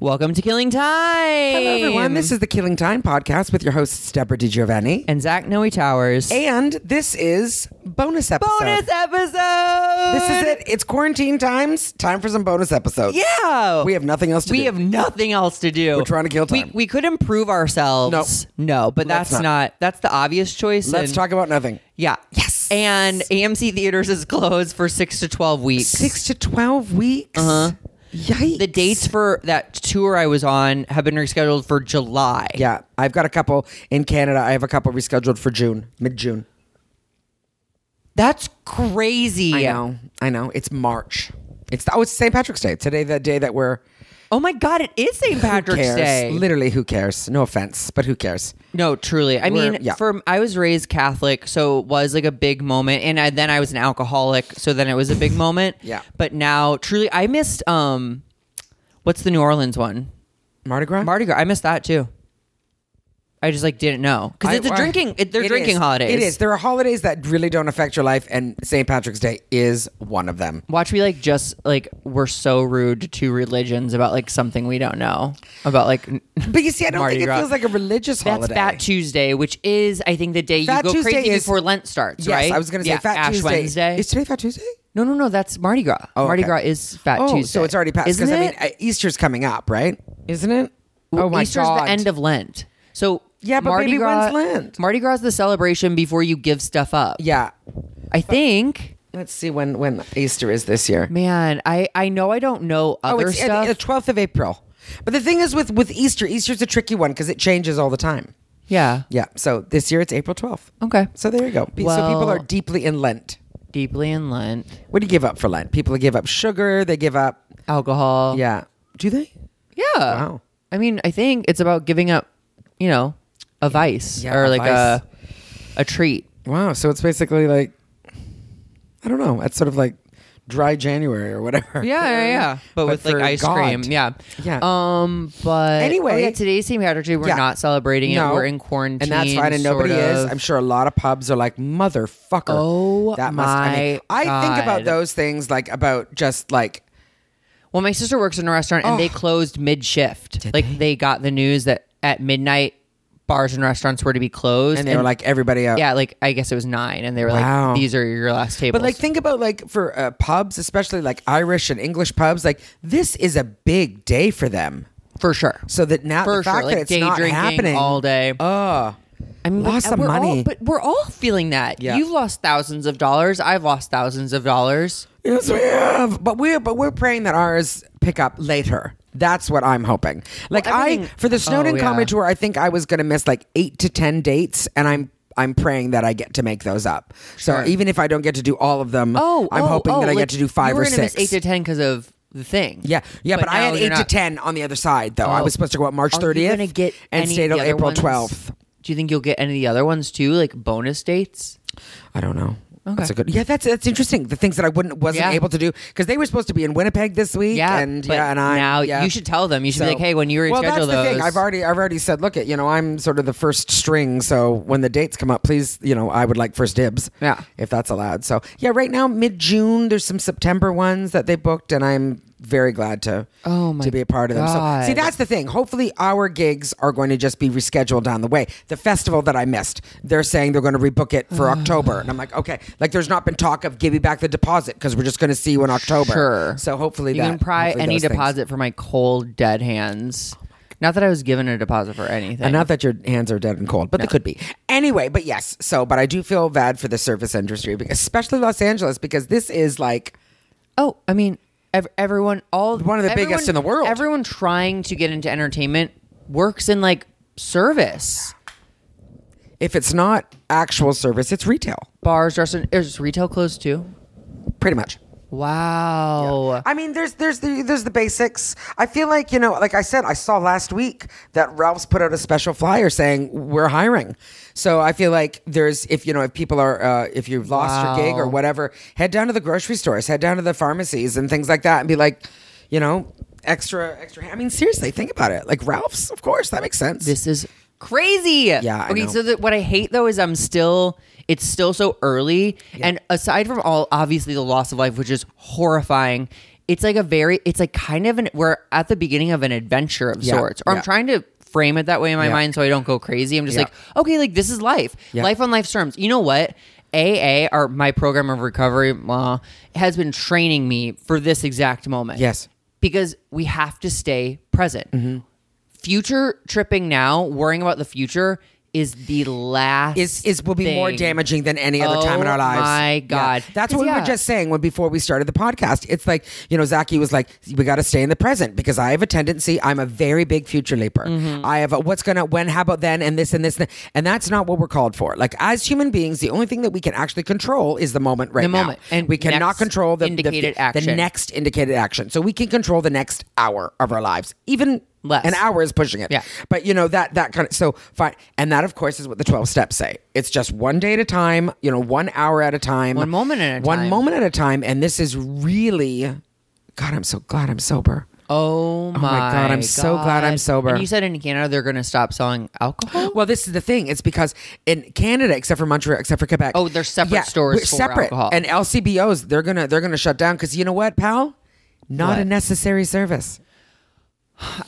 Welcome to Killing Time. Hello, everyone. This is the Killing Time podcast with your hosts, Deborah DiGiovanni. and Zach Noe Towers. And this is bonus episode. bonus episode. This is it. It's quarantine times. Time for some bonus episodes. Yeah. We have nothing else to We do. have nothing else to do. We're trying to kill time. We, we could improve ourselves. No. No, but Let's that's not. not. that's the obvious choice. Let's and- talk about nothing. Yeah. Yes. And AMC Theaters is closed for six to twelve weeks. Six to 12 weeks. Uh-huh. Yikes. the dates for that tour I was on have been rescheduled for July. Yeah. I've got a couple in Canada. I have a couple rescheduled for June, mid June. That's crazy. I know. I know. It's March. It's oh, it's St. Patrick's Day today. The day that we're Oh my God, it is St. Patrick's who cares? Day. Literally, who cares? No offense, but who cares? No, truly. I We're- mean, yeah. for I was raised Catholic, so it was like a big moment, and I, then I was an alcoholic, so then it was a big moment. Yeah. But now, truly, I missed um, what's the New Orleans one? Mardi Gras. Mardi Gras. I missed that too. I just like didn't know because I- it's a I- drinking. It, they're It drinking is. holidays. It is. There are holidays that really don't affect your life, and St. Patrick's Day is one of them. Watch me like just like we're so rude to religions about like something we don't know about like. But you see, I don't Mardi think it Gras. feels like a religious That's holiday. Fat Tuesday, which is I think the day you Fat go Tuesday crazy is- before Lent starts. Yes, right? I was going to say Yeah, Fat Ash Tuesday. Wednesday. Is today Fat Tuesday? No, no, no. That's Mardi Gras. Mardi okay. Gras is Fat oh, Tuesday. so it's already passed. isn't Because it? I mean, uh, Easter's coming up, right? Isn't it? Oh my Easter's god! the end of Lent. So Yeah, but Mardi baby, Gras, when's Lent? Mardi Gras is the celebration before you give stuff up. yeah. I think. Let's see when when Easter is this year. Man, I I know I don't know Oh, other it's uh, stuff. the twelfth of April. But the thing is with with Easter, Easter's a tricky one because it changes all the time. yeah. Yeah. So this year it's April twelfth. Okay. So there you go. Pe- so people Well- are deeply in Lent. Deeply in Lent, What do you give up for Lent? People give up sugar. They give up. alcohol. Yeah. Do they? Yeah. Wow. I mean, I think it's about giving up, you know, a vice Yeah, or a like vice. a a treat. Wow. So it's basically like, I don't know. It's sort of like dry January or whatever. Yeah, yeah, yeah. But, with like for ice God. cream, yeah, Yeah. Um, but Anyway- oh, yeah, today's St. Patrick's Day. We're Yeah. not celebrating it. No. We're in quarantine, and that's fine. And nobody sort is. of. I'm sure a lot of pubs are like, motherfucker. Oh that must. I, mean, my I think God. about those things like about just like well, my sister works in a restaurant, and they closed mid shift. Like they? got the news that at midnight, bars and restaurants were to be closed, and they were like everybody out. yeah, like I guess it was nine, and they were Wow. like, these are your last tables. But like, think about like for uh, pubs, especially like Irish and English pubs. Like this is a big day for them. for sure. So that now For the fact sure, like that it's day not drinking happening all day. Oh, I mean, but lost some we're all- money. but we're all feeling that. Yeah. You've lost thousands of dollars. I've lost thousands of dollars. yes, we have. But we're but we're praying that ours pick up later. That's what I'm hoping. Like I everything- for the Snowden Oh, yeah. comedy tour, I think I was going to miss like eight to ten dates, and I'm. I'm praying that I get to make those up. Sure. So even if I don't get to do all of them, Oh, I'm oh, hoping oh, that I like, get to do five you were or gonna six. Miss eight to ten because of the thing. Yeah, yeah, but I now had you're eight to not. ten on the other side, though. I Oh. was supposed to go up March Are you thirtieth gonna get and any stay of till the other April ones? twelfth. Do you think you'll get any of the other ones too, like bonus dates? I don't know. Okay. That's a good. Yeah, that's that's interesting. The things that I wouldn't wasn't Yeah. able to do because they were supposed to be in Winnipeg this week. Yeah, and but yeah, and I now yeah. you should tell them. You should be like, "Hey, when you reschedule well, that's the thing. those- I've already I've already said, look, at you know, I'm sort of the first string, so when the dates come up, please, you know, I would like first dibs. Yeah. if that's allowed. So yeah, right now mid June, there's some September ones that they booked, and I'm very glad to Oh, my to be a part of them. So see, God. that's that's the thing. Hopefully, our gigs are going to just be rescheduled down the way. The festival that I missed, they're saying they're going to rebook it for October, and I'm like, okay. Like, there's not been talk of giving back the deposit because we're just going to see you in October. Sure. So hopefully, You that, can pry hopefully any those things- Oh deposit for my cold dead hands. Not that I was given a deposit for anything. And not that your hands are dead and cold, but they could be. Anyway, but yes. So, but I do feel bad for the service industry, because- especially Los Angeles, because this is like Oh, I mean, ev- everyone, all One of the everyone- biggest in the world. Everyone trying to get into entertainment works in like service if it's not actual service, it's retail, bars, restaurants. Is retail closed too? pretty much. Wow. I mean, there's there's the there's the basics. I feel like you know, like I said, I saw last week that Ralph's put out a special flyer saying we're hiring. So I feel like there's if you know if people are uh, if you've lost Wow. your gig or whatever, head down to the grocery stores, head down to the pharmacies and things like that, and be like, you know, extra extra. I mean, seriously, think about it. Like Ralph's, of course, that makes sense. This is crazy. I okay. know. So that what I hate though is I'm still. It's still so early, and aside from all, obviously the loss of life, which is horrifying. it's like a very it's like kind of an we're at the beginning of an adventure of Yeah, sorts. Or yeah. I'm trying to frame it that way in my Yeah. mind so I don't go crazy. I'm just Yeah. like, okay, like this is life. Yeah. Life on life's terms. You know what? AA or my program of recovery uh, has been training me for this exact moment. Yes. Mm-hmm. Because we have to stay present. Future tripping now, worrying about the future is the last is is will be more thing. damaging than any other time in Oh our lives. my Yeah. God. That's what 'Cause, we yeah. were just saying when before we started the podcast. It's like, you know, Zaki was like, we gotta stay in the present because I have a tendency, I'm a very big future leaper. Mm-hmm. I have a what's gonna when, how about then, and this and this and, that. and that's not what we're called for. Like as human beings, the only thing that we can actually control is the moment right The now. moment. And we cannot next control the the- indicated the action. next indicated action. So we can control the next hour of our lives. Even Less. an hour is pushing it. Yeah. But you know that that kind of so fine, and that of course is what the twelve steps say. It's just one day at a time, you know, one hour at a time, One moment at a one time. moment at a time. And this is really, God, I'm so glad I'm sober. Oh my, God, I'm so glad I'm God. sober. And you said in Canada they're going to stop selling alcohol? Well, this is the thing. It's because in Canada, except for Montreal, except for Quebec, Oh, there's separate stores we're for separate. alcohol. And LCBOs, they're gonna they're gonna shut down because you know what, pal, not What? a necessary service.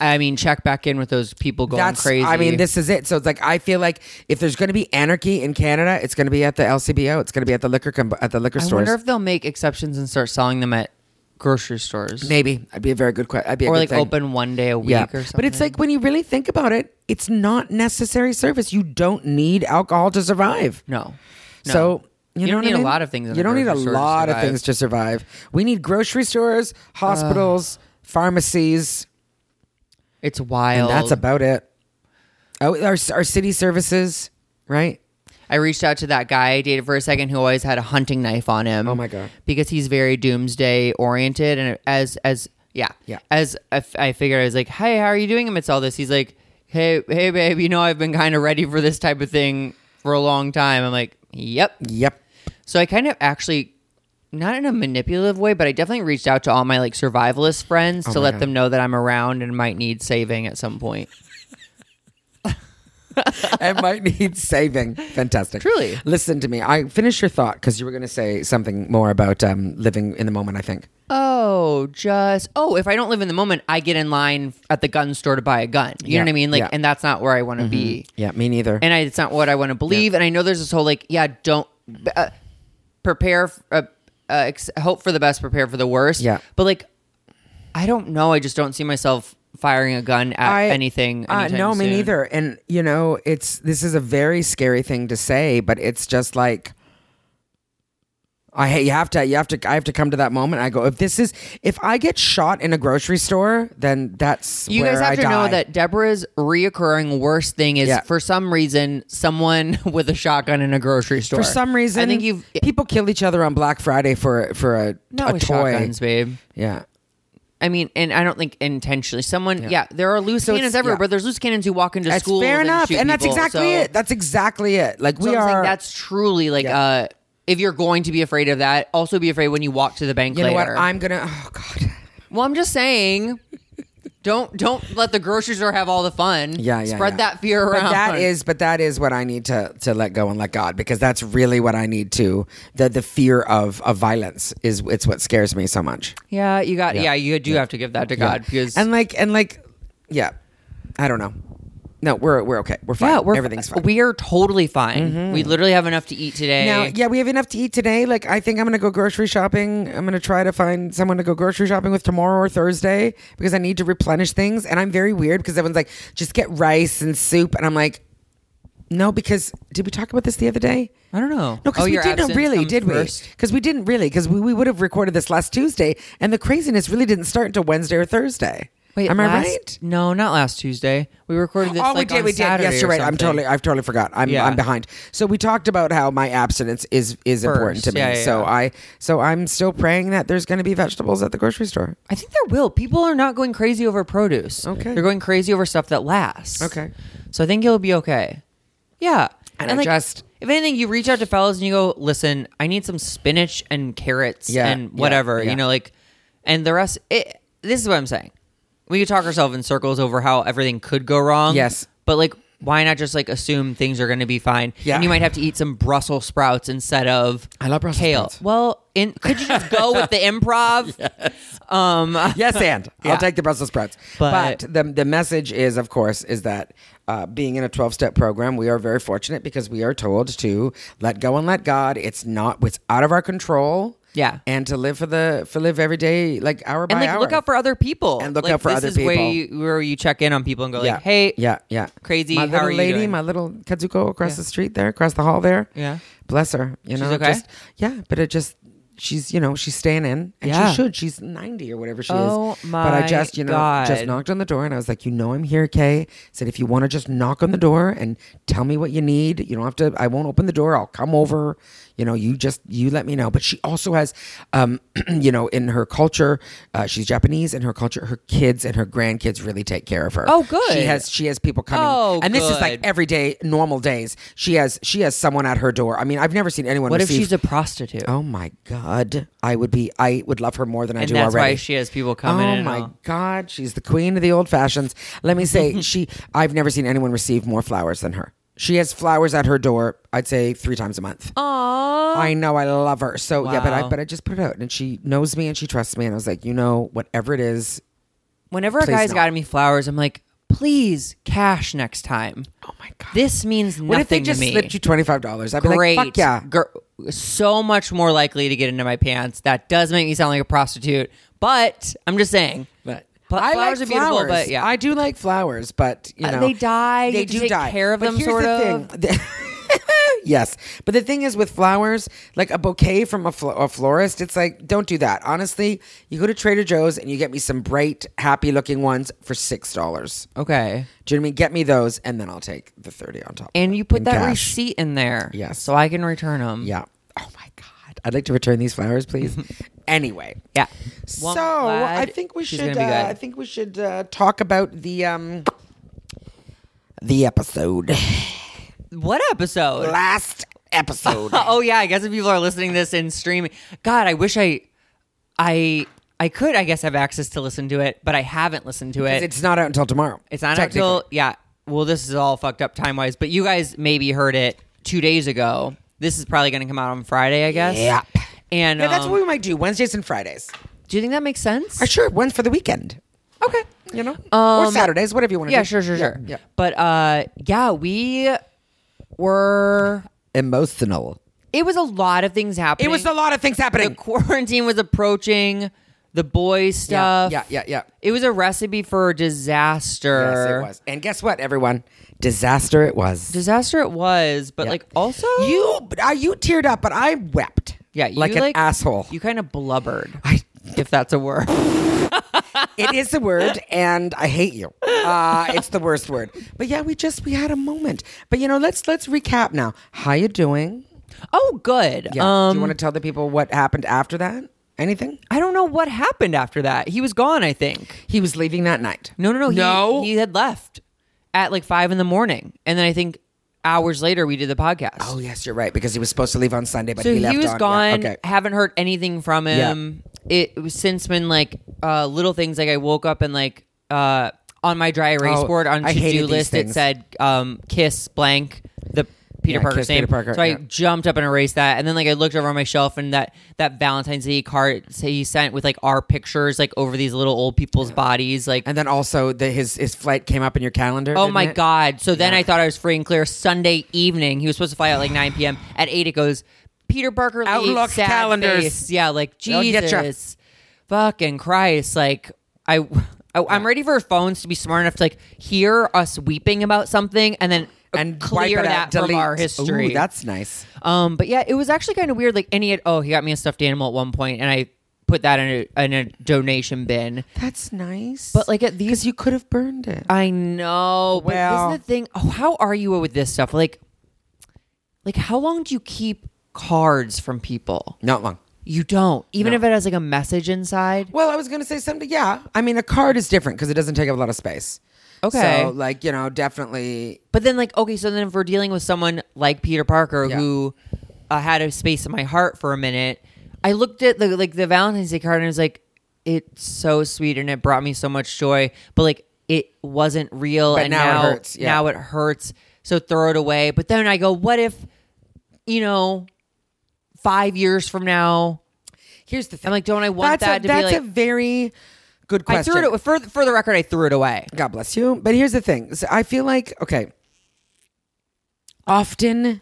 I mean, check back in with those people going crazy. I mean, this is it. So it's like I feel like if there's going to be anarchy in Canada, it's going to be at the LCBO. It's going to be at the liquor com- at the liquor I stores. wonder if they'll make exceptions and start selling them at grocery stores Maybe I'd be a very good question. I'd be a or good like thing. open one day a week Yeah, or something. but it's like when you really think about it, it's not necessary service. You don't need alcohol to survive. no, no. So. You You, know don't what I need a mean? lot of things in You a don't need a grocery store to lot of survive. things to survive. We need grocery stores, hospitals, pharmacies. it's wild. That's about it. Oh, our our city services, right? I reached out to that guy I dated for a second who always had a hunting knife on him. Oh my God. Because he's very doomsday oriented and as as yeah Yeah. as I, f- I figured I was like, hey, how are you doing amidst all this? He's like, hey hey babe, you know I've been kind of ready for this type of thing for a long time. I'm like, yep. Yep. So I kind of actually not in a manipulative way, but I definitely reached out to all my like survivalist friends to Oh my let God. them know that I'm around and might need saving at some point. and might need saving. Fantastic. Truly. Listen to me. I finish your thought because you were going to say something more about um, living in the moment. I think. Oh, just oh, if I don't live in the moment, I get in line at the gun store to buy a gun. You Yeah, know what I mean? Like, yeah. Mm-hmm. and that's not where I want to be, Yeah, me neither. and I, it's not what I want to believe. And I know there's this whole like, yeah, don't uh, prepare, f- uh, uh, ex- hope for the best, prepare for the worst. Yeah. but like, I don't know. I just don't see myself firing a gun at I- anything. Uh, anytime no, me soon. neither. And you know, it's this is a very scary thing to say, but it's just like. I you have to you have to I have to come to that moment. I go if this is if I get shot in a grocery store, then that's You where guys have I to die. know that Deborah's reoccurring worst thing is Yeah. for some reason someone with a shotgun in a grocery store. for some reason I think you've people kill each other on Black Friday for for a, not a with toy. shotguns, babe. Yeah, I mean, and I don't think intentionally. Someone, yeah, there are loose So it's- cannons everywhere, yeah. but there's loose cannons who walk into That's schools fair and enough, shoot and that's people, exactly so- it. That's exactly it. Like So we I'm saying are. that's truly like uh, if you're going to be afraid of that, also be afraid when you walk to the bank you know later. what? I'm gonna. Oh God. well, I'm just saying. Don't don't let the grocery store have all the fun. Yeah, yeah. Spread yeah. that fear around. But that is, but that is what I need to to let go and let God, because that's really what I need to. The the fear of of violence is it's what scares me so much. yeah. You got yeah. you do have to give that to God because And like and like, yeah. I don't know. No, we're we're okay. We're fine. Yeah, we're everything's fine. Mm-hmm. We are totally fine. We literally have enough to eat today. Now, yeah, we have enough to eat today. Like, I think I'm gonna go grocery shopping. I'm gonna try to find someone to go grocery shopping with tomorrow or Thursday because I need to replenish things. And I'm very weird because everyone's like, just get rice and soup, and I'm like, no, because did we talk about this the other day? I don't know. No, because Oh, we your didn't absence really, comes did we? first. Because we didn't really, because we, we would have recorded this last Tuesday, and the craziness really didn't start until Wednesday or Thursday. Wait, am last- I right? No, not last Tuesday. We recorded this. oh, like, we did, on we did. Saturday Yes, you're or right. I'm something. totally, I've totally forgot. I'm, Yeah. I'm behind. So we talked about how my abstinence is is First, important to me. yeah, yeah, so yeah. I, so I'm still praying that there's going to be vegetables at the grocery store. I think there will. People are not going crazy over produce. Okay. they're going crazy over stuff that lasts. Okay. so I think you'll be okay. Yeah, And I just- if anything, you reach out to fellas and you go, "Listen, I need some spinach and carrots Yeah, and yeah, whatever." yeah. You know, like, and the rest. It, this is what I'm saying. We could talk ourselves in circles over how everything could go wrong. Yes. but like why not just like assume things are going to be fine? Yeah. And you might have to eat some Brussels sprouts instead of I love Brussels kale. sprouts. Well, in, could you just go with the improv? Um, yes, and Yeah. I'll take the Brussels sprouts. But- But, the the message is, of course, is that uh, being in a twelve step program, we are very fortunate because we are told to let go and let God. It's not it's out of our control. Yeah. and to live for the for live every day like hour by And like hour. look out for other people. And look Like, out for this other is Where people. you, where you check in on people and go yeah. like, hey, yeah, yeah, crazy, how My little are you lady, doing? my little Kazuko across the street there, across the hall there. Yeah. bless her. You know, okay? just yeah, but it just. She's, you know, she's staying in, and Yeah. she should. She's ninety or whatever she Oh is. but I my just, you know, just God. knocked on the door, and I was like, "You know, I'm here, Kay." Said, "If you want to, just knock on the door and tell me what you need. You don't have to. I won't open the door. I'll come over. You know, you just you let me know." But she also has, um, you know, in her culture, uh, she's Japanese. In her culture, her kids and her grandkids really take care of her. Oh, good. She has she has people coming. Oh, and this is like good. everyday normal days. She has she has someone at her door. I mean, I've never seen anyone. What if receive, she's a prostitute? Oh my god, I would be. I would love her more than I and do that's already. why she has people Oh coming. in and my all. God, she's the queen of the old fashions. Let me say, she I've never seen anyone receive more flowers than her. She has flowers at her door, I'd say three times a month. Aw. I know, I love her. So yeah, but I Wow. but I just put it out and she knows me and she trusts me and I was like, you know, whatever it is. Whenever a Please guy's not. gotten me flowers, I'm like, please cash next time. Oh my God. This means nothing what if they just to me. slipped you twenty five dollars? I'd Great, be like, fuck yeah. Gir- so much more likely to get into my pants. That does make me sound like a prostitute, but I'm just saying. But Pl- I flowers like are beautiful, flowers. but yeah. I do like flowers, but you Uh, know they die. You They have to do take die. care of But them, here's sort the of. thing. yes, but the thing is with flowers, like a bouquet from a, fl- a florist, it's like don't do that. Honestly, you go to Trader Joe's and you get me some bright, happy-looking ones for six dollars. Okay. Do you know what I mean? Get me those, and then I'll take the thirty on top. And you put In that cash. receipt in there. Yes. So I can return them. Yeah. Oh my god, I'd like to return these flowers, please. anyway. Yeah. So Well, I'm I glad think we she's should. gonna be Uh, good. I think we should uh, talk about the um the episode uh, what episode? last episode. oh yeah, I guess if people are listening to this and streaming, God, I wish I, I, I could, I guess, have access to listen to it, but I haven't listened to it. it's not out until tomorrow. It's not out technically. till yeah. Well, this is all fucked up time wise, but you guys maybe heard it two days ago. This is probably going to come out on Friday, I guess. Yep. And Yeah, that's um, what we might do Wednesdays and Fridays. do you think that makes sense? Uh, sure, one for the weekend. okay. You know, or Um, Saturdays, whatever you want to Yeah, do. sure, sure, Yeah, sure. Yeah. But uh, yeah, we were. Emotional. It was a lot of things happening. It was a lot of things the happening. quarantine was approaching. The boys stuff. yeah, yeah, yeah. It was a recipe for yes, disaster. it was. And guess what, everyone? Disaster it was. Disaster it was, but like also you uh, you teared up, but I wept. yeah, you like an asshole. You kind of blubbered, I, if that's a word. it is the word, and I hate you. Uh, it's the worst word. But yeah, we just we had a moment. But you know, let's let's recap now. How you doing? Oh, good. Yeah. Um, Do you want to tell the people what happened after that? Anything? I don't know what happened after that. He was gone. I think. He was leaving that night. No, no, no. No? He, he had left at like five in the morning, and then I think hours later we did the podcast. Oh yes, you're right because he was supposed to leave on Sunday, but so he he, left was on. yeah, gone. okay. Haven't heard anything from him. It was since been like uh, little things like I woke up and like uh, on my dry erase Oh, board on I to hated do these list it things. said um, kiss blank the Peter Yeah, Parker kiss name. Peter Parker, so I yeah. jumped up and erased that, and then like I looked over on my shelf and that that Valentine's Day card he sent with like our pictures like over these little old people's bodies like. And then also the, his his flight came up in your calendar. Oh didn't my it? God. So then I thought I was free and clear Sunday evening. He was supposed to fly out like 9 p.m. At 8, it goes, Peter Parker leaves. Outlook sad calendars. face." Yeah, like, They'll get ya. Jesus. Fucking Christ. Like, I. I I'm ready for phones to be smart enough to like hear us weeping about something and then uh, And wipe clear it that out, from delete. our history. Ooh, that's nice. Um, but yeah, it was actually kind of weird. Like, any oh, he got me a stuffed animal at one point, and I put that in a, in a donation bin. That's nice. But like at these because you could have burned it. I know. But Well- this is the thing. Oh, how are you with this stuff? Like, like how long do you keep cards from people? Not long. You don't. Even if it has like a message inside. Well, I was going to say something. Yeah, I mean, a card is different because it doesn't take up a lot of space. Okay. So, like, you know, definitely. But then like, okay, so then if we're dealing with someone like Peter Parker Yeah. who uh, had a space in my heart for a minute, I looked at the like the Valentine's Day card and I was like, it's so sweet and it brought me so much joy. But like it wasn't real But and now it now hurts, yeah. now it hurts. So throw it away. But then I go, what if, you know, five years from now, Here's the thing. I'm like, don't I want that's that a, to be that's like? a very good question. I threw it for for the record. I threw it away. God bless you. But here's the thing. So I feel like, okay, often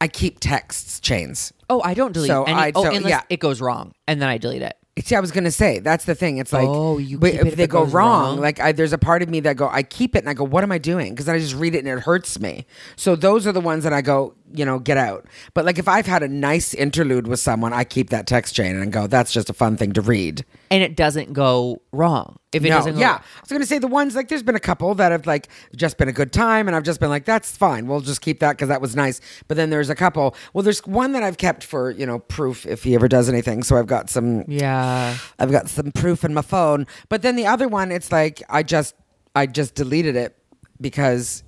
I keep texts chains. Oh, I don't delete. So any, I- oh, so, unless yeah. it goes wrong, and then I delete it. See, I was gonna say that's the thing. It's like, Oh, you but keep if it if they it go goes wrong, wrong. like I, there's a part of me that go, I keep it, and I go, what am I doing? Because then I just read it and it hurts me. So those are the ones that I go, you know, get out. But like if I've had a nice interlude with someone, I keep that text chain and go, that's just a fun thing to read. and it doesn't go wrong. If it No, doesn't, go yeah, I was gonna say the ones like there's been a couple that have like just been a good time, and I've just been like, that's fine. We'll just keep that because that was nice. But then there's a couple. Well, there's one that I've kept for you know proof if he ever does anything. So I've got some. yeah, I've got some proof in my phone. But then the other one, it's like I just I just deleted it because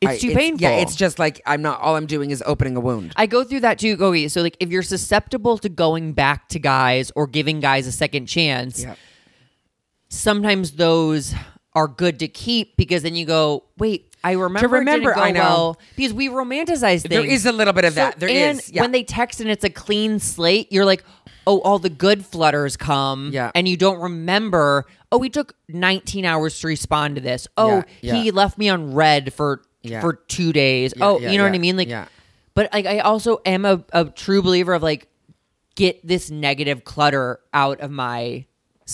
it's I- too painful. Yeah, it's just like I'm not. All I'm doing is opening a wound. I go through that too, Gogi. So like, if you're susceptible to going back to guys or giving guys a second chance, Yeah. sometimes those are good to keep because then you go, wait, I remember. it remember, didn't go I know. well because we romanticize things. There is a little bit of that. There and is, yeah. when they text and it's a clean slate, you're like, oh, all the good flutters come, Yeah. and you don't remember. Oh, we took 19 hours to respond to this. Oh, Yeah, he yeah. left me on red for Yeah. for two days. oh, yeah, you know what yeah, I mean? Like, yeah. but like, I also am a, a true believer of like, get this negative clutter out of my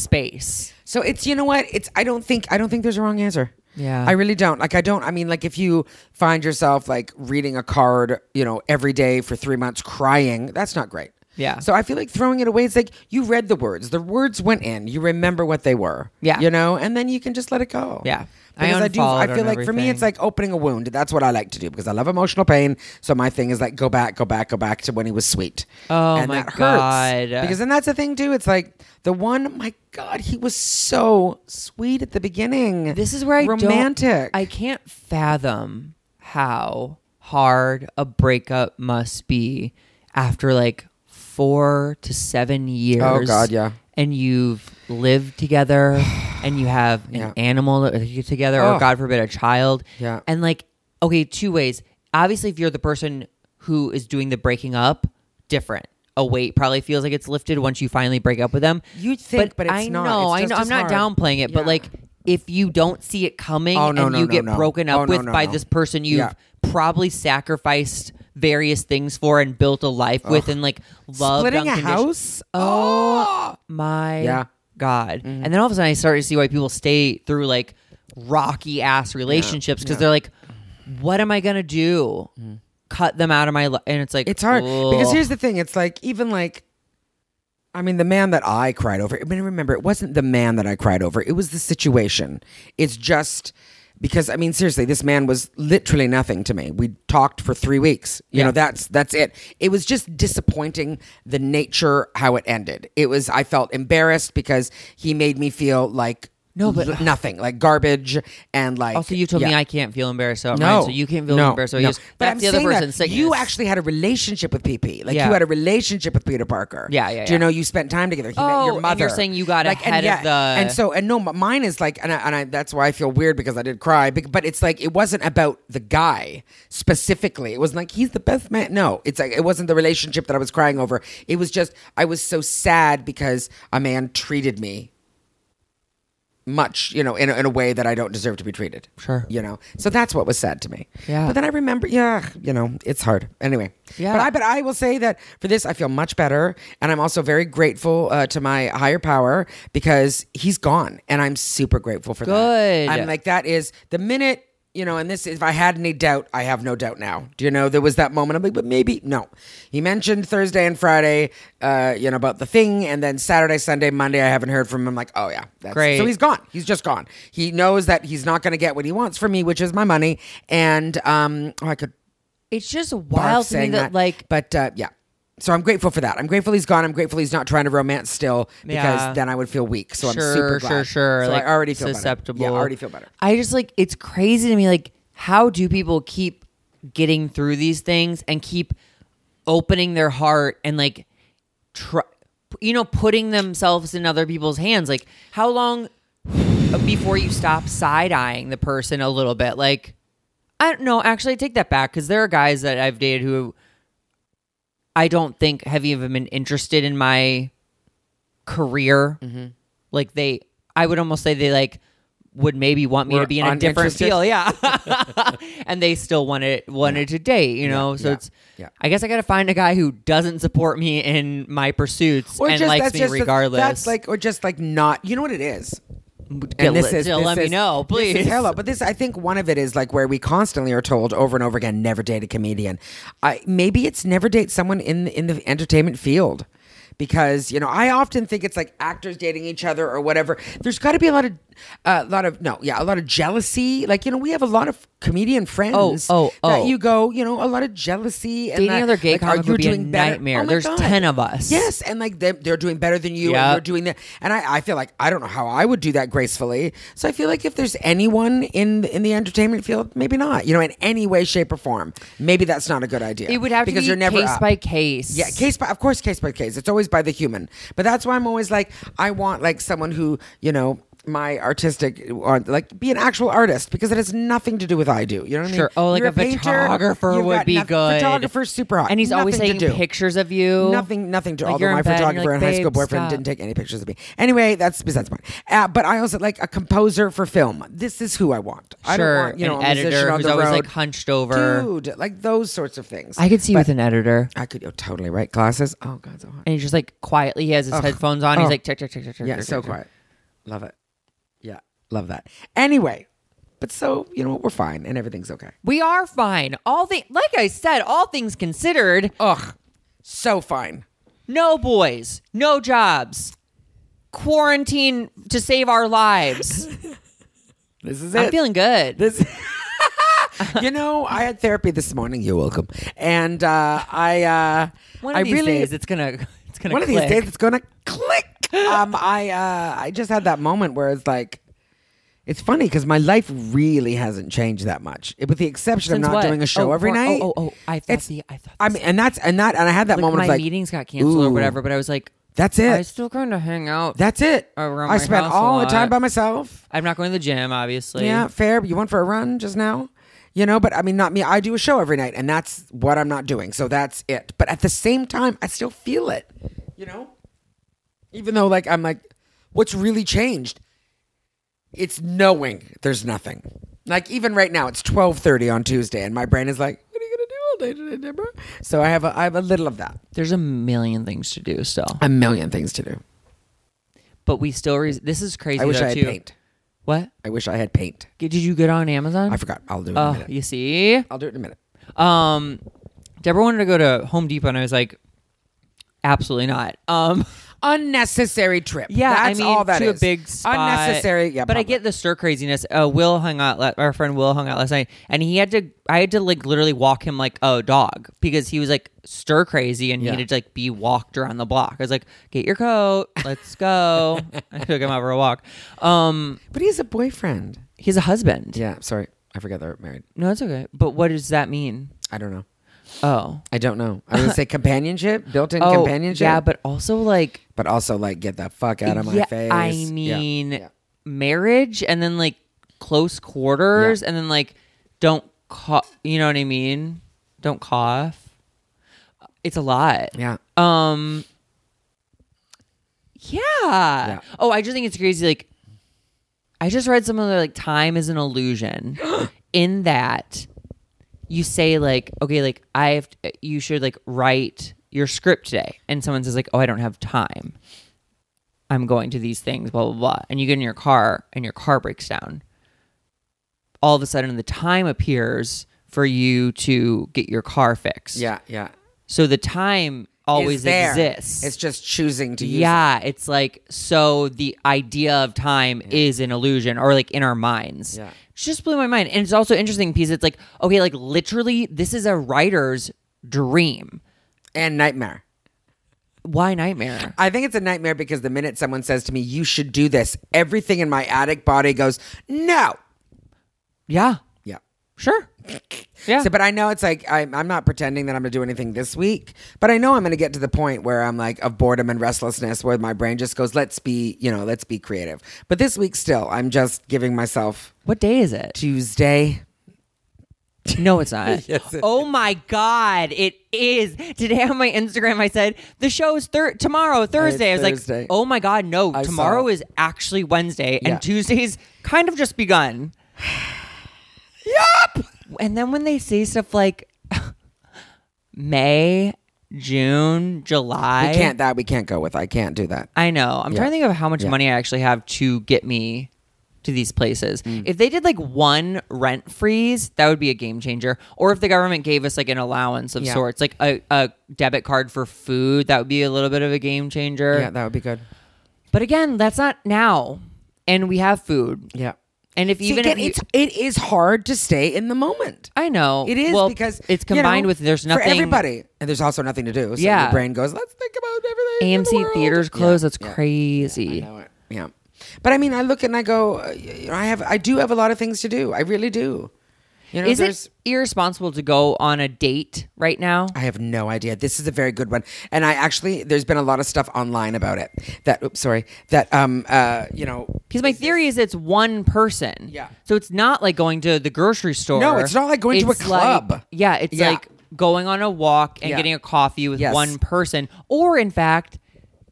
space. So it's you know what? It's I don't think I don't think there's a wrong answer. Yeah. I really don't. Like I don't I mean like if you find yourself like reading a card, you know, every day for 3 months crying, that's not great. Yeah. So I feel like throwing it away it's like you read the words. The words went in. You remember what they were. Yeah. You know, and then you can just let it go. Yeah. I Because I, do unfollowed I feel on like for me it's everything. like opening a wound. That's what I like to do because I love emotional pain. So my thing is like go back, go back, go back to when he was sweet. Oh, and my that hurts God. Because and that's the thing too. It's like the one. My God, he was so sweet at the beginning. This is where I don't- romantic. I can't fathom how hard a breakup must be after like four to seven years. Oh, God, yeah. And you've lived together, and you have an Yeah. animal that you together, or Oh. God forbid, a child. Yeah. And like, okay, two ways. Obviously, if you're the person who is doing the breaking up, different. A weight probably feels like it's lifted once you finally break up with them. You'd think, but it's I not. know, It's I just know. I'm not as hard. downplaying it, but Yeah. like if you don't see it coming Oh, no, and no, you no, get no. broken up Oh, no, with no, by no. this person you've Yeah. probably sacrificed various things for and built a life with and like love Splitting a house. Oh my Yeah. Mm-hmm. god. And then all of a sudden I started to see why people stay through like rocky ass relationships because they're like what am I going to do? Cut them out of my life and it's like Mm. It's hard because ugh. here's the thing. It's like even like. I mean, the man that I cried over. I mean, remember, it wasn't the man that I cried over. It was the situation. It's just because I mean, seriously, this man was literally nothing to me. We talked for three weeks. You Yeah. know, that's that's it. It was just disappointing the nature how it ended. It was. I felt embarrassed because he made me feel like No, but- l- nothing, like garbage, and like Also, you told me yeah. I can't feel embarrassed about No, mine, so you can't feel no, embarrassed about no. yours. But That's I'm the other saying that person's sickness. You actually had a relationship with PP. Like Yeah. you had a relationship with Peter Parker. Yeah, yeah, Do you yeah. know you spent time together? He met Oh, your and mother. you're saying you got like, ahead and of the- and so and no, m- mine is like, and I, and I, that's why I feel weird because I did cry. bec- But it's like it wasn't about the guy specifically. It was like he's the best man. No, it's like it wasn't the relationship that I was crying over. It was just I was so sad because a man treated me much, you know, in a, in a way that I don't deserve to be treated. Sure. You know, so that's what was said to me. Yeah. But then I remember, yeah, you know, it's hard. Anyway. Yeah. But I, but I will say that for this, I feel much better. And I'm also very grateful uh, to my higher power because he's gone. And I'm super grateful for Good. that. I'm like, that is the minute. You know, and this, if I had any doubt, I have no doubt now. Do you know, there was that moment. I'm like, but maybe, no. He mentioned Thursday and Friday, uh, you know, about the thing. And then Saturday, Sunday, Monday, I haven't heard from him. I'm like, oh, yeah. That's, Great. So he's gone. He's just gone. He knows that he's not going to get what he wants from me, which is my money. And um, oh, I could It's just barf wild to me saying that, like but uh, yeah. So I'm grateful for that. I'm grateful he's gone. I'm grateful he's not trying to romance still because Yeah. then I would feel weak. So sure, I'm super glad. sure, sure. So like, I already feel better. susceptible. Yeah, I already feel better. I just like it's crazy to me. Like, how do people keep getting through these things and keep opening their heart and like, try, you know, putting themselves in other people's hands? Like, how long? before you stop side eyeing the person a little bit. Like, I don't know. Actually, I take that back because there are guys that I've dated who I don't think have even been interested in my career. Mm-hmm. Like they, I would almost say they like would maybe want me Were to be in a different uninterested? field, yeah. and they still wanted wanted to date, you know. so yeah, it's, yeah. I guess I got to find a guy who doesn't support me in my pursuits and likes me the- regardless. That's like, or just like not. You know what it is. Get lit- Jill, let me know, please. This is hello, but this I think one of it is like where we constantly are told over and over again, never date a comedian. I maybe it's never date someone in in the entertainment field. Because you know, I often think it's like actors dating each other or whatever. There's got to be a lot of, uh, a lot of no, yeah, a lot of jealousy. Like you know, we have a lot of comedian friends. oh, that oh. you go, you know, a lot of jealousy. And Dating that, other gay like, comic are you would be a doing better? nightmare. Oh my There's God. 10 of us. Yes, Yes, and like they're, they're doing better than you, Yep. and you're doing that. And I, I feel like I don't know how I would do that gracefully. So I feel like if there's anyone in in the entertainment field, maybe not. You know, in any way, shape, or form, maybe that's not a good idea. It would have because to be you're never case up. by case. Yeah, case by of course, case by case. It's always by the human, but that's why I'm always like, I want like someone who you know my artistic or like be an actual artist because it has nothing to do with I do. You know what Sure. I mean? Oh, like You're a, photographer you've would got be noth- good. Photographer's super hot, And he's always Nothing taking to do. pictures of you. Nothing, nothing to Like, all you're in my bed and you're photographer like, and high school "Babe, boyfriend stop." didn't take any pictures of me. Anyway, that's besides the point. Uh, but I also like a composer for film. This is who I want. I don't Sure, want you know an a musician editor on who's the always road. like hunched over. dude, like those sorts of things. I could see you But with an editor, I could oh, totally right glasses. Oh god, so hot. and he's just like quietly. He has his headphones on. He's Oh. like, check, check, check, check, check. Yeah, check, so check, check. quiet. Love it. Yeah, love that. Anyway, but so you know we're fine and everything's okay. We are fine. All the like I said, all things considered, Ugh, so fine. no boys, no jobs, quarantine to save our lives. This is it. I'm feeling good. This. you know, I had therapy this morning. You're welcome. And uh, I, uh, one of I these really, days, it's gonna, it's gonna. one of click. these days, it's gonna click. um, I, uh, I just had that moment where it's like, it's funny because my life really hasn't changed that much, eh, with the exception Since of not what? doing a show Oh, every quar- night. oh, oh, oh, I thought It's- the- I thought I the mean, and that's and that, and I had that moment my of like, meetings got canceled or ooh, whatever, but I was like, That's I was it. still going to hang out. That's it. Around I my spent house a all the time lot. by myself. I'm not going to the gym, obviously. Yeah, fair. You went for a run just now, you know. But I mean, not me. I do a show every night, and that's what I'm not doing. So that's it. But at the same time, I still feel it, you know. Even though, like, I'm like, what's really changed? It's knowing there's nothing. Like even right now, it's 12:30 on Tuesday, and my brain is like, what are you gonna do all day today, Deborah? So I have a, I have a little of that. There's a million things to do still, A million things to do. but we still. Re- this is crazy. I wish though, I had too. paint. What I wish I had paint. did you get on Amazon? I forgot. I'll do it in a Oh, minute. you see, I'll do it in a minute. um, Deborah wanted to go to Home Depot, and I was like, absolutely not. Um, unnecessary trip. yeah, that's I mean, all that to is. a big spot. Unnecessary. Yeah, but I public. get the stir craziness. Uh, Will hung out. la- Our friend Will hung out last night, and he had to. I had to like literally walk him like a dog because he was like stir crazy and he Yeah. needed to like be walked around the block. I was like, get your coat, let's go. I took him out for a walk. Um, But he's a boyfriend. he's a husband. Yeah, sorry, I forgot they're married. No, it's okay. But what does that mean? I don't know. Oh, I don't know. I was gonna say companionship, built-in oh, companionship. Yeah, but also like but also like get the fuck out of my yeah, face. I Yeah, mean, yeah. marriage and then like close quarters and then like don't cough. You know what I mean? Don't cough. It's a lot. yeah. Um. Yeah. Yeah. Oh, I just think it's crazy. Like, I just read something that like time is an illusion. in that, you say like, okay, like I have, you should like write your script today, and someone says like, oh, I don't have time. I'm going to these things, blah blah blah, and you get in your car, and your car breaks down. All of a sudden, the time appears for you to get your car fixed. Yeah, yeah. So the time always It's there. exists. It's just choosing to use. it. yeah, it's like so the idea of time is an illusion or like in our minds. Yeah. It just blew my mind. And it's also interesting because it's like, okay, like literally this is a writer's dream. and nightmare. Why nightmare? I think it's a nightmare because the minute someone says to me, "You should do this," everything in my attic body goes, "No." Yeah. Yeah. Sure. Yeah. So, but I know it's like I'm, I'm not pretending that I'm gonna do anything this week, but I know I'm gonna get to the point where I'm like of boredom and restlessness, where my brain just goes, "Let's be, you know, let's be creative." But this week, still, I'm just giving myself What day is it? Tuesday. No, it's not. Yes, it oh my God. It is. Today on my Instagram, I said, the show is thir- tomorrow, Thursday. I was Thursday. like, oh my God, no. I tomorrow saw- is actually Wednesday, Yeah. and Tuesday's kind of just begun. Yup. And then when they say stuff like May, June, July. I can't that we can't go with. I can't do that. I know. I'm trying to think of how much Yeah. money I actually have to get me to these places. Mm. If they did like one rent freeze, that would be a game changer. Or if the government gave us like an allowance of Yeah. sorts, like a, a debit card for food, that would be a little bit of a game changer. Yeah, that would be good. but again, that's not now. And we have food. Yeah. And if See, even again, if you- it's it is hard to stay in the moment. I know It is Well, because it's you know, combined with there's nothing for everybody, and there's also nothing to do. So Yeah. your brain goes, let's think about everything. in the AMC world." theaters closed. That's yeah. crazy. I know it. Yeah, but I mean, I look and I go, uh, you know, I have, I do have a lot of things to do. I really do. You know, Is there's. it irresponsible to go on a date right now? I have no idea. This is a very good one, and I actually there's been a lot of stuff online about it. That oops, sorry. That um uh you know Because my theory is it's one person. Yeah. So it's not like going to the grocery store. No, it's not like going to a It's like- club. yeah, it's Yeah. like going on a walk and Yeah. getting a coffee with Yes. one person, or in fact,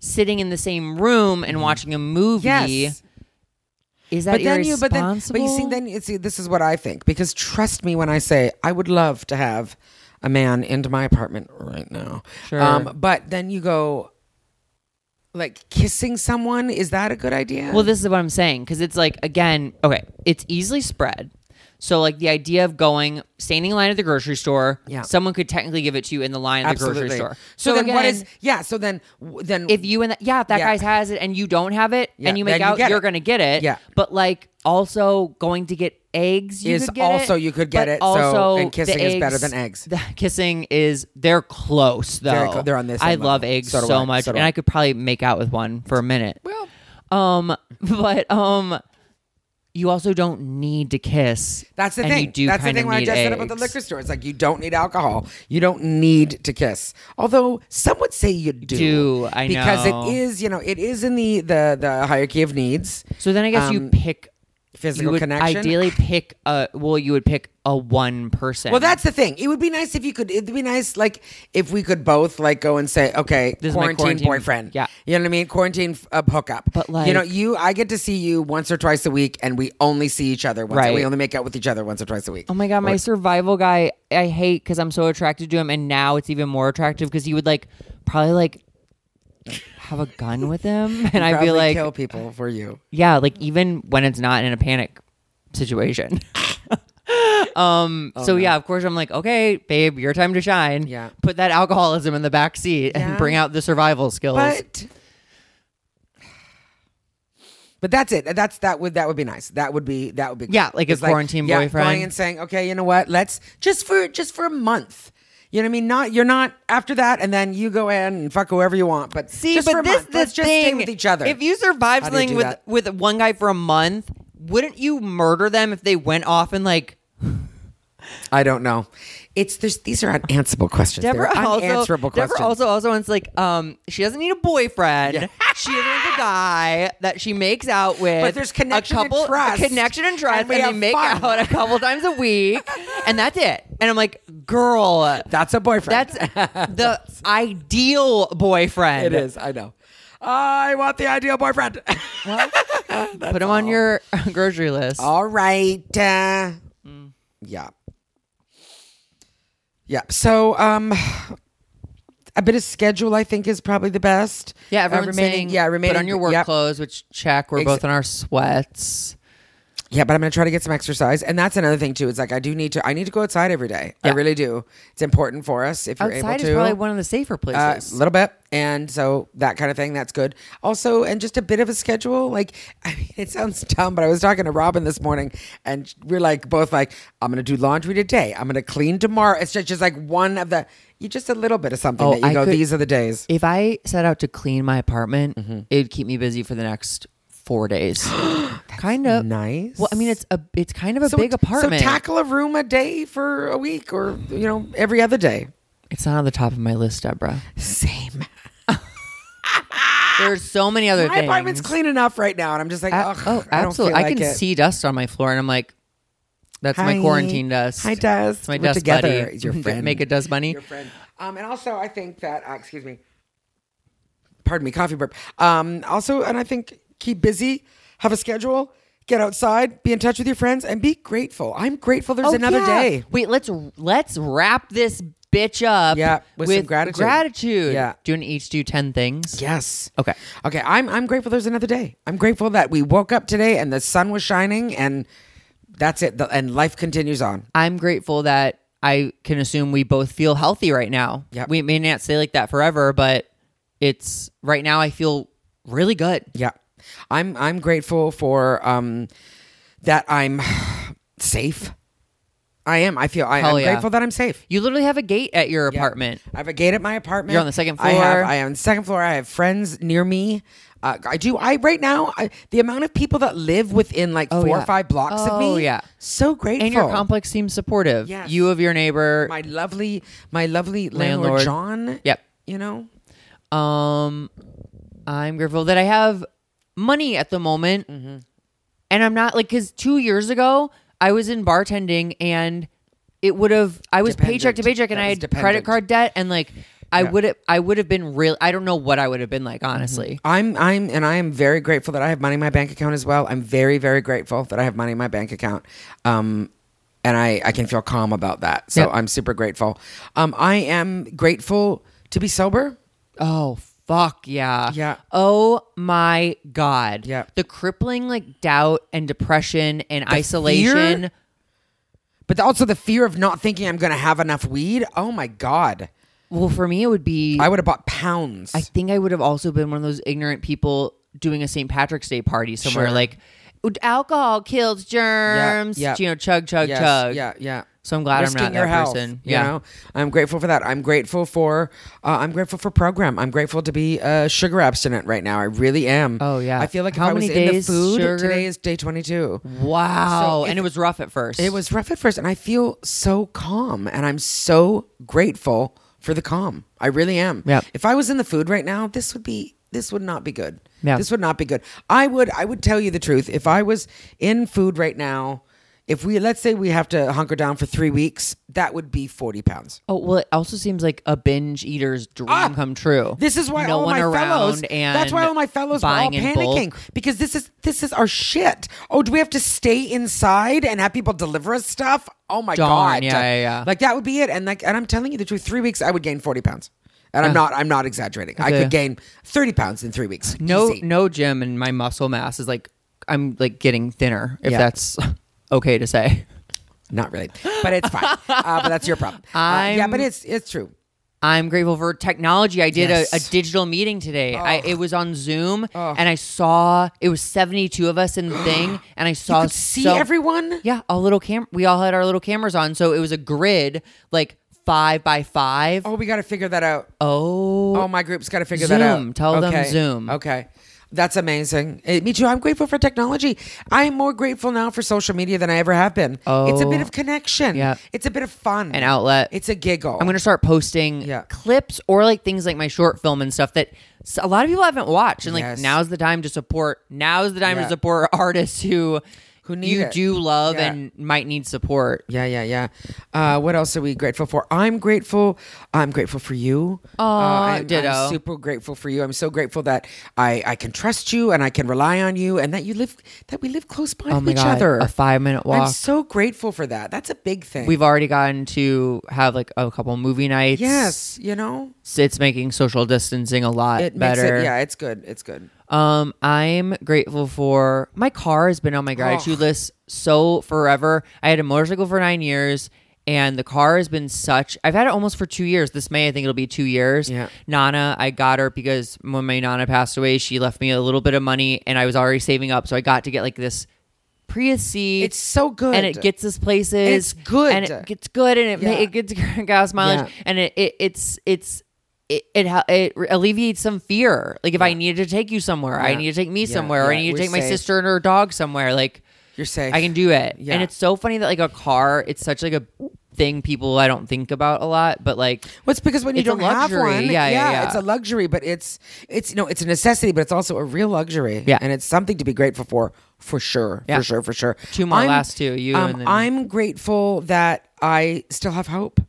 sitting in the same room and watching a movie. Mm-hmm. yes. Is that But then you, irresponsible? but then, but you see, then you see, this is what I think because trust me when I say I would love to have a man into my apartment right now. Um, Sure. but then you go, like kissing someone is that a good idea? Well, this is what I'm saying because it's like again, okay, it's easily spread. So like the idea of going standing in line at the grocery store, Yeah. someone could technically give it to you in the line at the grocery store. So, then, what again, is? Yeah. So then, w- then if you and that, yeah, if that Yeah. guy has it and you don't have it Yeah, and you make then you out, get you are it. gonna get it. Yeah. But like also going to get eggs, you Is could get also it, you could get but it, so- Also, and the kissing is better than eggs. the- kissing is they're close though. Very clo- they're on the same I love level. eggs So so, do I, much, so do and I. I could probably make out with one for a minute. well, Um, but um, you also don't need to kiss. that's the and thing. You do that's the kind thing of when I need just said about the eggs. liquor store. It's like you don't need alcohol. You don't need to kiss. Although some would say you do. Do, I because know. it is you know it is in the the the hierarchy of needs. So then I guess Um, you pick. physical You would connection. ideally pick a well. You would pick a one person. Well, that's the thing. It would be nice if you could. It'd be nice, like if we could both like go and say, okay, This is my quarantine, quarantine- boyfriend. yeah. you know what I mean. Quarantine f- uh, hookup. But, you know, like- you I get to see you once or twice a week, and we only see each other. once Right. We only make out with each other once or twice a week. Oh my god, my survival guy, I hate because I'm so attracted to him, and now it's even more attractive because he would like probably like have a gun with him, and I'd be Probably like, kill people for you. yeah, like even when it's not in a panic situation. um. so yeah, of course I'm like, okay, babe, your time to shine. Oh, Yeah. Put that alcoholism in the back seat Yeah. and bring out the survival skills. But but that's it. That's that would that would be nice. That would be that would be Yeah, like a It's quarantine yeah, boyfriend. going and saying, okay, you know what? Let's just for just for a month. You know what I mean? Not you're not after that, and then you go in and fuck whoever you want. But See, just but for a this month, the let's just thing. stay with each other. If you survive How do you something do with that? with one guy for a month, wouldn't you murder them if they went off and like? I don't know. It's there's these are unanswerable questions. They're Deborah also, unanswerable Deborah questions. also also wants like um she doesn't need a boyfriend. she needs a guy that she makes out with. But there's connection a and couple, a trust, connection and trust, and, and we they have make fun. out a couple times a week, and that's it. And I'm like, girl, that's a boyfriend. that's the ideal boyfriend. it is. I know. I want the ideal boyfriend. Put him on your grocery list. All right. Uh, Mm. Yeah. Yeah. So, um, a bit of schedule, I think, is probably the best. Yeah, Uh, everyone's remaining, saying yeah, remaining. put on your work yeah, clothes, which check. We're Ex- both in our sweats. Yeah, but I'm gonna try to get some exercise, and that's another thing too. It's like I do need to. I need to go outside every day. I Yeah. really do. It's important for us if you're able Outside to. is probably one of the safer Uh, places. a little bit. And so that kind of thing, that's good. Also, and just a bit of a schedule. Like, I mean, it sounds dumb, but I was talking to Robin this morning and we're like, both like, I'm going to do laundry today. I'm going to clean tomorrow. It's just, just like one of the, you just a little bit of something Oh, that you I go, could- these are the days. Mm-hmm. if I set out to clean my apartment, it'd keep me busy for the next four days. kind of nice. Well, I mean, it's a it's kind of a So big t- apartment. So tackle a room a day for a week, or you know, every other day. it's not on the top of my list, Deborah. Same. There's so many other Ah! My things. apartment's clean enough right now, and I'm just like, A- ugh, oh, I don't feel absolutely. I, like can it. see dust on my floor, and I'm like, that's Hi. my quarantine dust. Hi, dust. It's my We're dust together. buddy. It's your friend. Make a dust bunny. your friend. Um, and also, I think that uh, excuse me, pardon me, coffee burp. Um, also, and I think keep busy, have a schedule, get outside, be in touch with your friends, and be grateful. I'm grateful. There's Oh, another yeah. day. Wait, let's let's wrap this bitch up. Yeah, with some gratitude. Gratitude. Yeah. Doing each do ten things. Yes. Okay. Okay. I'm I'm grateful. There's another day. I'm grateful that we woke up today and the sun was shining and. That's it. The, and life continues on. I'm grateful that I can assume we both feel healthy right now. Yep. We may not stay like that forever, but it's right now I feel really good. Yeah. I'm I'm grateful for um that I'm safe. I am. I feel I, am Hell yeah. grateful that I'm safe. You literally have a gate at your apartment. I have a gate at my apartment. You're on the second I have. floor. I am on the second floor. I have friends near me. Uh, I do. I right now I, the amount of people that live within like four Oh, yeah. or five blocks of me. Oh, yeah. so grateful. And your complex seems supportive. Oh. Yes. You of your neighbor. my lovely, my lovely landlord, Landlord. John. Yep. You know. Um, I'm grateful that I have money at the moment, Mm-hmm. and I'm not like because two years ago I was in bartending and it would have I was paycheck to Dependent. paycheck and That I was had credit dependent. card debt and like I would have I would have been real I don't know what I would have been like honestly. I'm I'm and I am very grateful that I have money in my bank account as well. I'm very very grateful that I have money in my bank account. Um and I I can feel calm about that. So Yep. I'm super grateful. Um I am grateful to be sober. Oh fuck yeah. Mm-hmm. Yeah. Oh my god. Yeah. The crippling like doubt and depression and isolation. But also the fear of not thinking I'm going to have enough weed. Oh my god. Well, for me it would be I would have bought pounds. I think I would have also been one of those ignorant people doing a St. Patrick's Day party somewhere Sure. like alcohol kills germs. yeah. You know, chug, chug, Yes, chug. Yeah, yeah. So I'm glad I'm Risking not your that health, person. You Yeah. know, I'm grateful for that. I'm grateful for. Uh, I'm grateful for program. I'm grateful to be uh, sugar abstinent right now. I really am. Oh, yeah. I feel like How if I was many in the days food sugar? today is day 22. Wow. So if- and it was rough at first. It was rough at first, and I feel so calm, and I'm so grateful for the calm. I really am. Yep. If I was in the food right now, this would be this would not be good. Yeah. This would not be good. I would I would tell you the truth. If I was in food right now, if we let's say we have to hunker down for three weeks, that would be forty pounds. Oh, well, it also seems like a binge eater's dream Ah! come true. This is why no all one my around fellows. and that's why all my fellows were all buying in panicking bulk. because this is this is our shit. Oh, do we have to stay inside and have people deliver us stuff? Oh my Darn, god! yeah, yeah, yeah. Like that would be it. And like, and I'm telling you the truth. Three weeks, I would gain forty pounds, and I'm not. I'm not exaggerating. I Okay. could gain thirty pounds in three weeks. No, Easy. no gym, and my muscle mass is like, I'm like getting thinner, if Yeah. that's okay to say. not really, but it's fine. uh, but that's your problem. Uh, yeah, I'm- but it's it's true. I'm grateful for technology. I did Yes. Oh. a, a digital meeting today. I, it was on Zoom, and I saw it was 72 of us in the thing, and I saw could see so- everyone? Yeah, all little cam. We all had our little cameras on, so it was a grid, like five by five. Oh, we got to figure that out. Oh, Oh, my group's got to figure that Zoom. out. Tell them Zoom. Okay. That's amazing. Eh, me too. I'm grateful for technology. I'm more grateful now for social media than I ever have been. it's a Oh. bit of connection. Yeah. It's a bit of fun. An outlet. It's a giggle. I'm gonna start posting Yeah. clips or like things like my short film and stuff that s- a lot of people haven't watched. And like Yes. now's the time to support. Now's the time Yeah. to support artists who Who need you it. do love Yeah. and might need support. Yeah, yeah, yeah. Uh, what else are we grateful for? I'm grateful. I'm grateful for you. Uh, I'm, ditto. I'm super grateful for you. I'm so grateful that I, I can trust you and I can rely on you and that you live that we live close by Oh to my each God, other. a five-minute I'm walk. so grateful for that. That's a big thing. We've already gotten to have like a couple movie nights. yes, you know. S- it's making social distancing a lot It better. makes it yeah, it's good. It's good. Um, I'm grateful for my car has been on my gratitude list so forever. I had a motorcycle for nine years, and the car has been such. I've had it almost for two years. This May, I think it'll be two years. Yeah. Nana, I got her because when my Nana passed away, she left me a little bit of money, and I was already saving up, so I got to get like this Prius seat. It's so good. and it gets us places. It's good. and it gets good, and it ma- Yeah. it gets gas mileage, Yeah. and it, it it's it's it it, hel- it alleviates some fear. Like if I needed to take you somewhere, I Yeah. need to take me Yeah, somewhere, or I yeah, need to we're take my safe. sister and her dog somewhere. Like You're safe. I can do it. Yeah. And it's so funny that like a car, it's such like a thing people I don't think about a lot, but like Well, it's because when you It's a don't have luxury. one, Yeah, yeah, yeah. it's a luxury, but it's it's no, it's a necessity, but it's also a real luxury. Yeah. and it's something to be grateful for, for sure, Yeah. for sure, for sure. Two more I'm- last two, you um, and then- I'm grateful that I still have hope.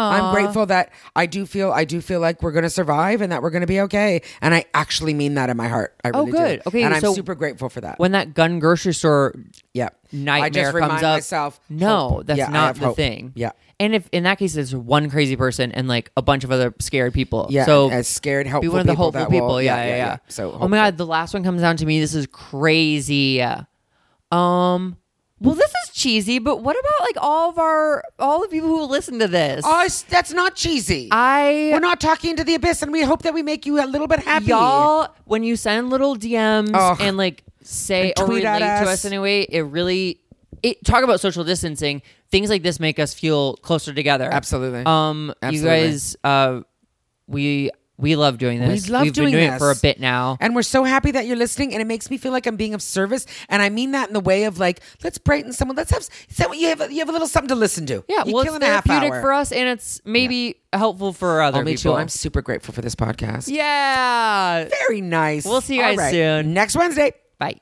I'm grateful that I do feel I do feel like we're going to survive and that we're going to be okay, and I actually mean that in my heart. I really Oh, good. do. Okay, and I'm so- super grateful for that. when that gun grocery store yeah, I nightmare just comes remind up. myself. no, hope. that's Yeah, I not have the hope. thing. Yeah. And if in that case it's one crazy person and like a bunch of other scared people. Yeah, So as scared, be helpful one of the people hopeful that people. will- yeah, yeah, yeah, yeah, yeah, yeah. So oh my hopeful. god, the last one comes down to me. This is crazy. Um. Well, this is cheesy, but what about like all of our all the people who listen to this? Oh, it's- that's not cheesy. I We're not talking to the abyss, and we hope that we make you a little bit happy. Y'all, when you send little DMs Ugh. and like say And or tweet relate at to us us. in a way, it really it talk about social distancing. Things like this make us feel closer together. Absolutely. Um, Absolutely. you guys, uh, we we love doing this. love We've been doing doing it this. for a bit now. And we're so happy that you're listening, and it makes me feel like I'm being of service. And I mean that in the way of like, let's brighten someone. Let's have, is that what you have? You have a little something to listen to. Yeah, You're well, it's killing a half therapeutic hour. for us, and it's maybe helpful for other Oh, me people. too. I'm super grateful for this podcast. yeah. Very nice. We'll see you All guys soon. Next Wednesday. Bye.